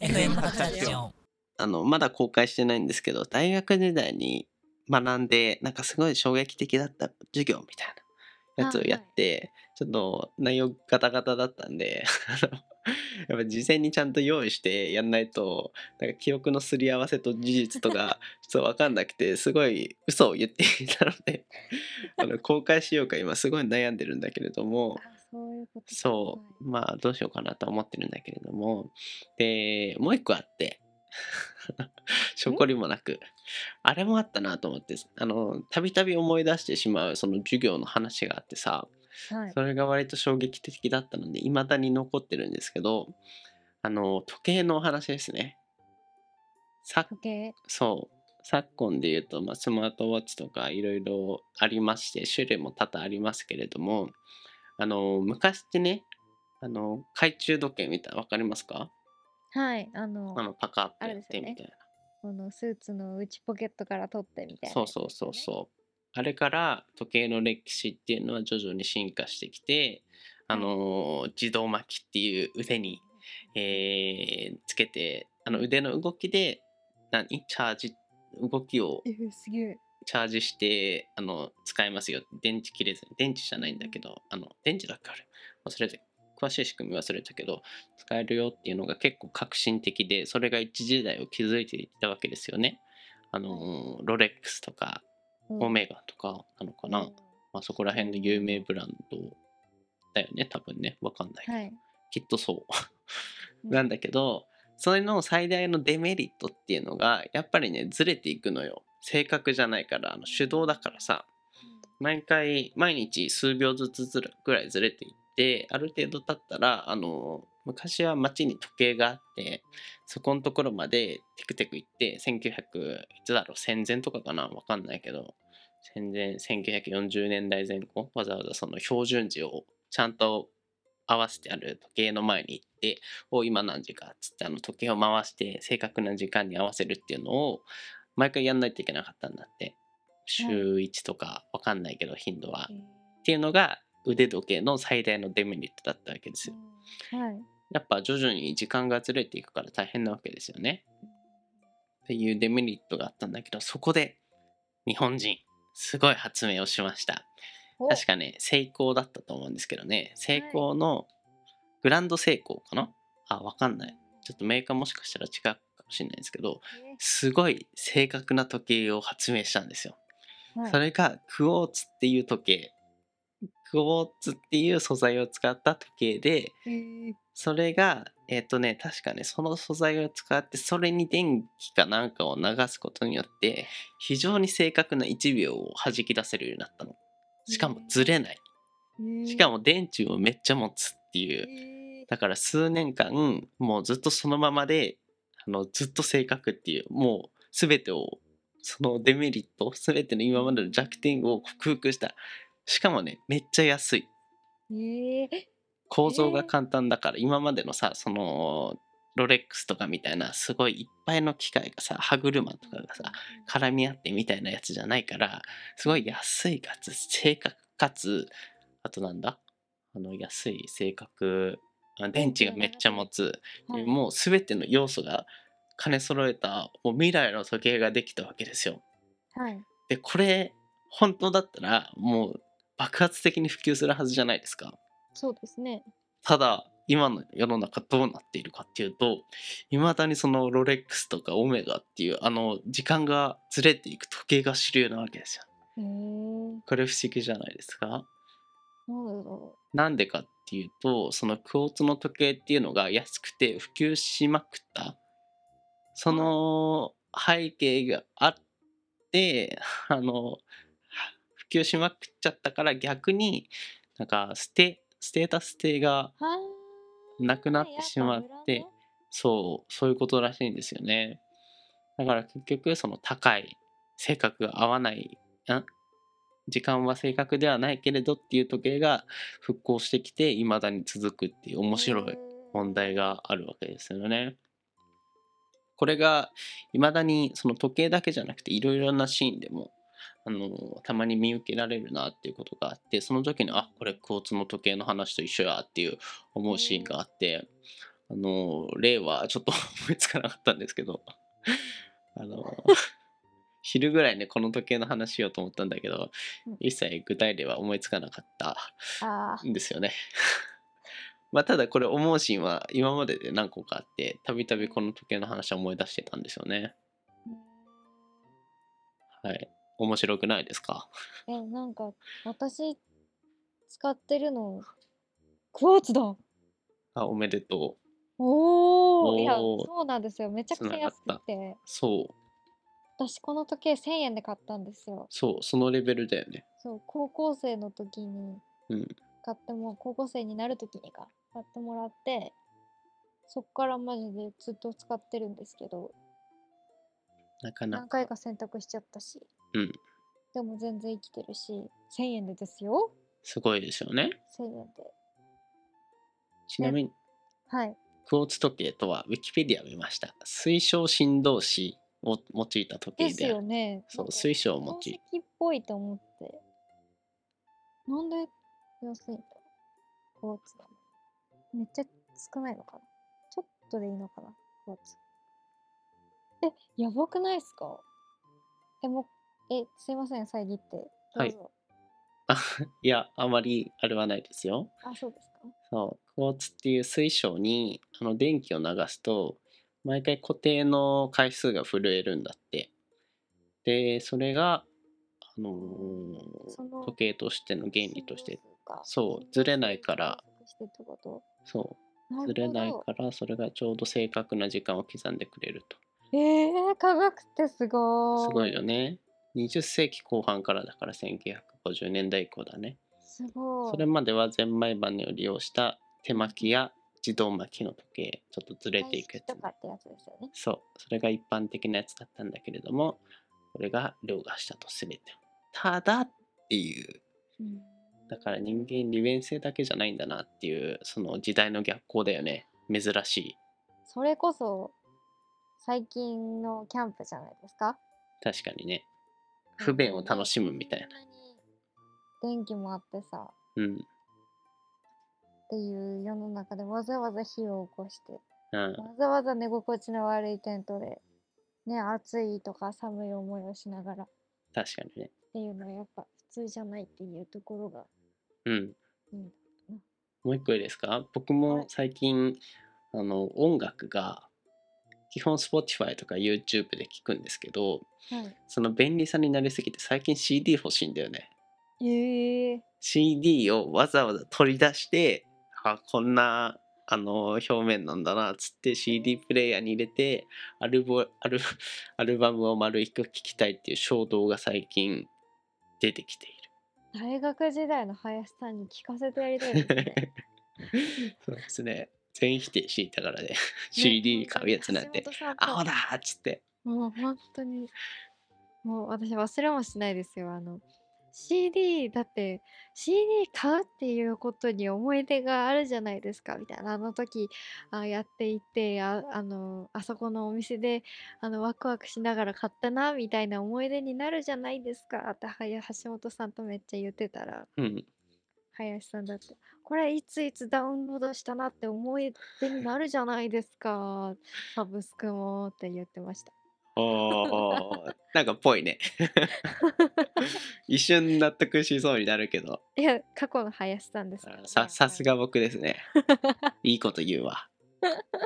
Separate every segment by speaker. Speaker 1: の円の形を。
Speaker 2: あのまだ公開してないんですけど大学時代に学んでなんかすごい衝撃的だった授業みたいなやつをやって、ちょっと内容ガタガタだったんで あのやっぱ事前にちゃんと用意してやんないとなんか記憶のすり合わせと事実とかちょっと分かんなくてすごい嘘を言っていたので あの公開しようか今すごい悩んでるんだけれども。
Speaker 3: あそういうことか
Speaker 2: そう、まあどうしようかなとは思ってるんだけれども、で、もう一個あって、 しょこりもなく、あれもあったなと思って、あの、たびたび思い出してしまうその授業の話があってさ、
Speaker 3: はい
Speaker 2: それが割と衝撃的だったので、未だに残ってるんですけど、あの、時計のお話ですね。さ
Speaker 3: 時計
Speaker 2: そう昨今で言うと、まあ、スマートウォッチとかいろいろありまして種類も多々ありますけれどもあの昔ってねあの懐中時計みたいなわかりますか
Speaker 3: はいあの
Speaker 2: あのパカッ
Speaker 3: あ
Speaker 2: て
Speaker 3: れ
Speaker 2: や
Speaker 3: で
Speaker 2: っ
Speaker 3: すよ
Speaker 2: て
Speaker 3: ね
Speaker 2: みたいな、
Speaker 3: このスーツの内ポケットから取ってみたいな、
Speaker 2: そうそうそうそうあれから時計の歴史っていうのは徐々に進化してきてあの自動巻きっていう腕に、えーつけてあの腕の動きで何チャージ動きを
Speaker 3: えーすげえ
Speaker 2: チャージしてあの使えますよ電池切れずに電池じゃないんだけどあの電池だっけあれ忘れて詳しい仕組み忘れたけど使えるよっていうのが結構革新的でそれが一時代を築いていたわけですよね。あのロレックスとかオメガとかなのかな、まあ、そこら辺の有名ブランドだよね多分ねわかんないけど、
Speaker 3: はい
Speaker 2: きっとそうう
Speaker 3: ん
Speaker 2: なんだけどそれの最大のデメリットっていうのがやっぱりねずれていくのよ正確じゃないからあの手動だからさ毎回毎日数秒ずつずらぐらいずれていってある程度経ったらあの昔は街に時計があってそこのところまでテクテク行って1900いつだろう戦前とかかなわかんないけど戦前1940年代前後わざわざその標準時をちゃんと合わせてある時計の前に行って「お今何時か」っつってあの時計を回して正確な時間に合わせるっていうのを毎回やんないといけなかったんだって週1とかわかんないけど頻度は。
Speaker 3: え
Speaker 2: っていうのが腕時計の最大のデメリットだったわけですよ。
Speaker 3: ーはい
Speaker 2: やっぱ徐々に時間がずれていくから大変なわけですよね。っていうデメリットがあったんだけどそこで日本人すごい発明をしました。
Speaker 3: お
Speaker 2: 確かね成功だったと思うんですけどね成功のグランド成功かなあわかんないちょっとメーカーもしかしたら違うかもしれないですけどすごい正確な時計を発明したんですよ
Speaker 3: はい
Speaker 2: それがクォーツっていう時計クォーツっていう素材を使った時計で
Speaker 3: えー
Speaker 2: それがえっ、とね確かねその素材を使ってそれに電気かなんかを流すことによって非常に正確な1秒を弾き出せるようになったのしかもずれない
Speaker 3: えー
Speaker 2: しかも電池をめっちゃ持つっ
Speaker 3: え
Speaker 2: ていう
Speaker 3: ー
Speaker 2: だから数年間もうずっとそのままであのずっと正確っていうもう全てをそのデメリット全ての今までの弱点を克服したしかもねめっちゃ安い
Speaker 3: えー
Speaker 2: 構造が簡単だから今までのさそのロレックスとかみたいなすごいいっぱいの機械がさ歯車とかがさ絡み合ってみたいなやつじゃないからすごい安いかつ正確かつあとなんだあの安い正確あ電池がめっちゃ持つ、
Speaker 3: はい
Speaker 2: もう全ての要素が兼ね揃えたもう未来の時計ができたわけですよ。
Speaker 3: はい
Speaker 2: でこれ本当だったらもう爆発的に普及するはずじゃないですか。
Speaker 3: そうですね
Speaker 2: ただ今の世の中どうなっているかっていうといまだにそのロレックスとかオメガっていうあの時間がずれていく時計が主流なわけですよ。
Speaker 3: えー
Speaker 2: これ不思議じゃないですか
Speaker 3: なんだろ
Speaker 2: なんでかっていうとそのクォーツの時計っていうのが安くて普及しまくったその背景があって あの普及しまくっちゃったから逆になんかステステータス性が
Speaker 3: うは
Speaker 2: なくなってしまってそうそういうことらしいんですよねだから結局その高い性格が合わないん時間は正確ではないけれどっていう時計が復興してきて未だに続くっていう面白い問題があるわけですよねこれが未だにその時計だけじゃなくていろいろなシーンでもあのたまに見受けられるなっていうことがあってその時にあこれクォーツの時計の話と一緒やっていう思うシーンがあってあの例はちょっと思いつかなかったんですけど あの昼ぐらいねこの時計の話しようと思ったんだけど
Speaker 3: うん
Speaker 2: 一切具体例は思いつかなかった
Speaker 3: あー
Speaker 2: んですよね。 まあただこれ思うシーンは今までで何個かあってたびたびこの時計の話は思い出してたんですよね。はい。面白くないですか
Speaker 3: えなんか私使ってるのクォーツだ
Speaker 2: あおめでとう。
Speaker 3: おおいや
Speaker 2: おー
Speaker 3: そうなんですよめちゃくちゃ安
Speaker 2: 繋が
Speaker 3: くて
Speaker 2: そう
Speaker 3: 私この時計1000円で買ったんですよ
Speaker 2: そうそのレベルだよね。
Speaker 3: そう高校生の時に
Speaker 2: うん
Speaker 3: 買っても、高校生になる時にか買ってもらってそっからマジでずっと使ってるんですけど
Speaker 2: なかな
Speaker 3: 何
Speaker 2: か。
Speaker 3: 回か選択しちゃったし、
Speaker 2: うん
Speaker 3: でも全然生きてるし1000円でですよ
Speaker 2: すごいですよね。
Speaker 3: 1000円で
Speaker 2: ちなみに
Speaker 3: はい
Speaker 2: クォーツ時計とはウィキペディアを見ました。水晶振動子を用いた時計
Speaker 3: で
Speaker 2: です
Speaker 3: よね
Speaker 2: そ
Speaker 3: なん
Speaker 2: う
Speaker 3: か
Speaker 2: 水晶を
Speaker 3: 宝
Speaker 2: 用い
Speaker 3: 石っぽいと思ってなんで安いんだクォーツなのめっちゃ少ないのかなちょっとでいいのかなクォーツえやばくないっすかえもうえすいません遮ってどう
Speaker 2: はい
Speaker 3: ぞ
Speaker 2: いやあまりあれはないですよ。
Speaker 3: あそうですか
Speaker 2: そうクォーツっていう水晶にあの電気を流すと毎回固定の回数が震えるんだってでそれが、あのー
Speaker 3: その
Speaker 2: 時計としての原理とし
Speaker 3: 振
Speaker 2: て
Speaker 3: 動数か
Speaker 2: そうずれないから
Speaker 3: 振動数してってこと
Speaker 2: そ
Speaker 3: なる
Speaker 2: う
Speaker 3: ほ
Speaker 2: ず
Speaker 3: ど
Speaker 2: れないからそれがちょうど正確な時間を刻んでくれると
Speaker 3: えー、科学ってすご
Speaker 2: す
Speaker 3: ー
Speaker 2: ごいよね20世紀後半からだから1950年代以降だね
Speaker 3: すごい
Speaker 2: それまではゼンマイバネを利用した手巻きや自動巻きの時計ちょっとずれていくやつ
Speaker 3: と
Speaker 2: ね
Speaker 3: かってやつですよね
Speaker 2: そう、それが一般的なやつだったんだけれども、これが凌駕したとすべて。ただっていう、
Speaker 3: うん
Speaker 2: だから人間利便性だけじゃないんだなっていう、その時代の逆行だよね。珍しい。
Speaker 3: それこそ最近のキャンプじゃないですか
Speaker 2: 確かにね。不便を楽しむみたいな。
Speaker 3: な電気もあってさっ
Speaker 2: うん。
Speaker 3: ていう世の中でわざわざ火を起こして
Speaker 2: うん、
Speaker 3: わざわざ寝心地の悪いテントでね暑いとか寒い思いをしながらっ
Speaker 2: 確かにね。
Speaker 3: ていうのはやっぱ普通じゃないっていうところが
Speaker 2: うん。
Speaker 3: いいんだ
Speaker 2: もう一個いいですか僕も最近、あの、音楽が、基本 Spotify とか YouTube で聞くんですけど、
Speaker 3: はい
Speaker 2: その便利さになりすぎて最近 CD 欲しいんだよね。
Speaker 3: ええ
Speaker 2: CD をわざわざ取り出してあこんなあの表面なんだなっつって CD プレイヤーに入れてアルボアルアルバムを丸一個聴きたいっていう衝動が最近出てきてい
Speaker 3: 大学時代の林さんに聞かせてやりたいです ね
Speaker 2: る。そうですね全否定していたからね CD 買うやつなんて「アホだ!」っつって
Speaker 3: もう本当にもう私忘れもしないですよあの CD だって CD 買うっていうことに思い出があるじゃないですかみたいなあの時あやっていてああのあそこのお店であのワクワクしながら買ったなみたいな思い出になるじゃないですかってはや橋本さんとめっちゃ言ってたら
Speaker 2: うん
Speaker 3: 林さんだってこれいついつダウンロードしたなって思い出になるじゃないですかサブスクもって言ってました。
Speaker 2: おーなんかぽい ね一瞬納得しそうになるけど
Speaker 3: いや、過去の林さんですからね、
Speaker 2: ささす
Speaker 3: が。
Speaker 2: が僕です ねいいこと言うわ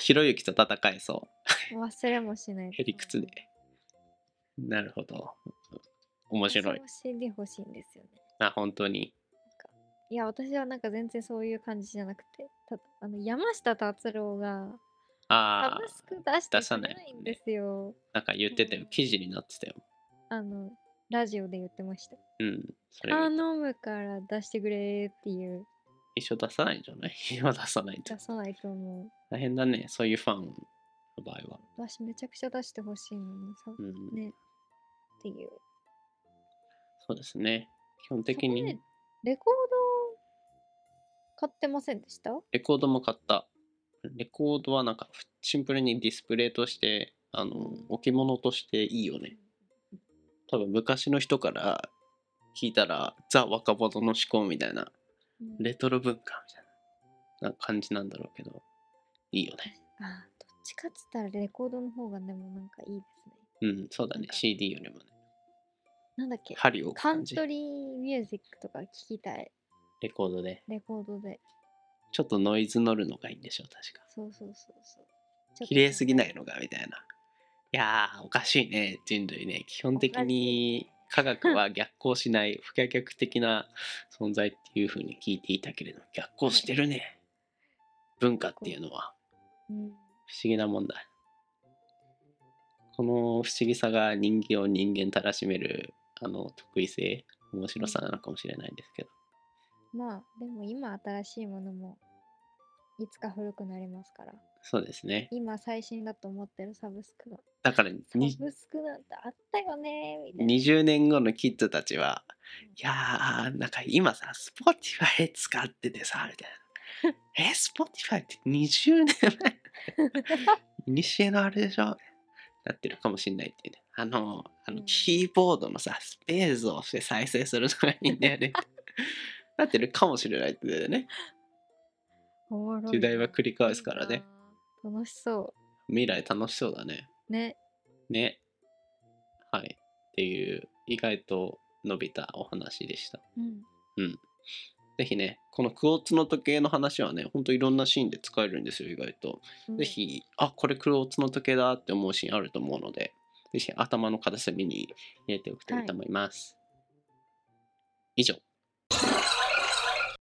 Speaker 2: ひろゆきと戦えそう
Speaker 3: 忘れもしない。
Speaker 2: へりくつで。なるほど面白い
Speaker 3: 私も CD 欲しいんですよね。
Speaker 2: あ本当に
Speaker 3: いや、私はなんか全然そういう感じじゃなくて、たあの山下達郎がサ
Speaker 2: あ
Speaker 3: ブ
Speaker 2: ー
Speaker 3: スク出して
Speaker 2: 出さ
Speaker 3: く
Speaker 2: ない
Speaker 3: れないんですよ。
Speaker 2: なんか言ってたよ
Speaker 3: うん
Speaker 2: 記事になってたよ
Speaker 3: あの、ラジオで言ってました。
Speaker 2: うんそれ
Speaker 3: 頼むから出してくれっていう、
Speaker 2: 一緒出さないんじゃない 今出さないと
Speaker 3: 出さないと思
Speaker 2: 大変だねそういうファンの場合は、
Speaker 3: う。私めちゃくちゃ出してほしいのにさ、
Speaker 2: うん、
Speaker 3: ね。っていう。
Speaker 2: そうですね基本的
Speaker 3: そこ
Speaker 2: に
Speaker 3: でレコード買ってませんでした
Speaker 2: レコードも買ったレコードはなんかシンプルにディスプレイとしてあの置物としていいよね多分昔の人から聞いたらザ若者の思考みたいな
Speaker 3: うん
Speaker 2: レトロ文化みたいなな感じなんだろうけどいいよね。
Speaker 3: あーどっちかっつったらレコードの方がねもうなんかいいですね
Speaker 2: うん、そうだ
Speaker 3: なん
Speaker 2: ね。
Speaker 3: か
Speaker 2: CD よりもね。
Speaker 3: なんだっけ
Speaker 2: 針を置く
Speaker 3: カン
Speaker 2: 感じ。
Speaker 3: トリーミュージックとか聞きたい
Speaker 2: レコードで。
Speaker 3: レコードで
Speaker 2: ちょっとノイズ乗るのがいいんでしょう、確か。
Speaker 3: そうそうそうそうちょっと
Speaker 2: 綺麗すぎないのが、みたいな。いやー、おかしいね、人類ね。基本的に科学は逆行しない、不可逆的な存在っていうふうに聞いていたけれど、逆行してるね。文化っていうのは
Speaker 3: うん
Speaker 2: 不思議なもんだ。この不思議さが人間を人間たらしめる、あの、得意性、面白さなのかもしれないですけど。
Speaker 3: まあでも今新しいものもいつか古くなりますから
Speaker 2: そうですね。
Speaker 3: 今最新だと思ってるサブスクが
Speaker 2: だから
Speaker 3: サ
Speaker 2: に
Speaker 3: ブスクなんてあったよねみたいな
Speaker 2: 20年後のキッズたちは、いやー、なんか今さ、Spotify 使っててさ、みたいな。え、Spotify って20年 前いにしえのあれでしょなってるかもしんないっていうね。あの、あ
Speaker 3: う
Speaker 2: の
Speaker 3: ん
Speaker 2: キーボードのさ、スペースを押して再生するのがいいんだよね。なってるかもしれないってね。
Speaker 3: おもろいな
Speaker 2: 時代は繰り返すからね。
Speaker 3: いいな楽しそ
Speaker 2: 未来楽しそうだね。
Speaker 3: うね
Speaker 2: ね。はい。っていう、意外と伸びたお話でした。
Speaker 3: うん
Speaker 2: ぜひね、このクォーツの時計の話はね、ほんといろんなシーンで使えるんですよ、意外と。
Speaker 3: うん
Speaker 2: ぜひ、あ、これクォーツの時計だって思うシーンあると思うので、ぜひ頭の片隅に入れておくといいと思います。以上。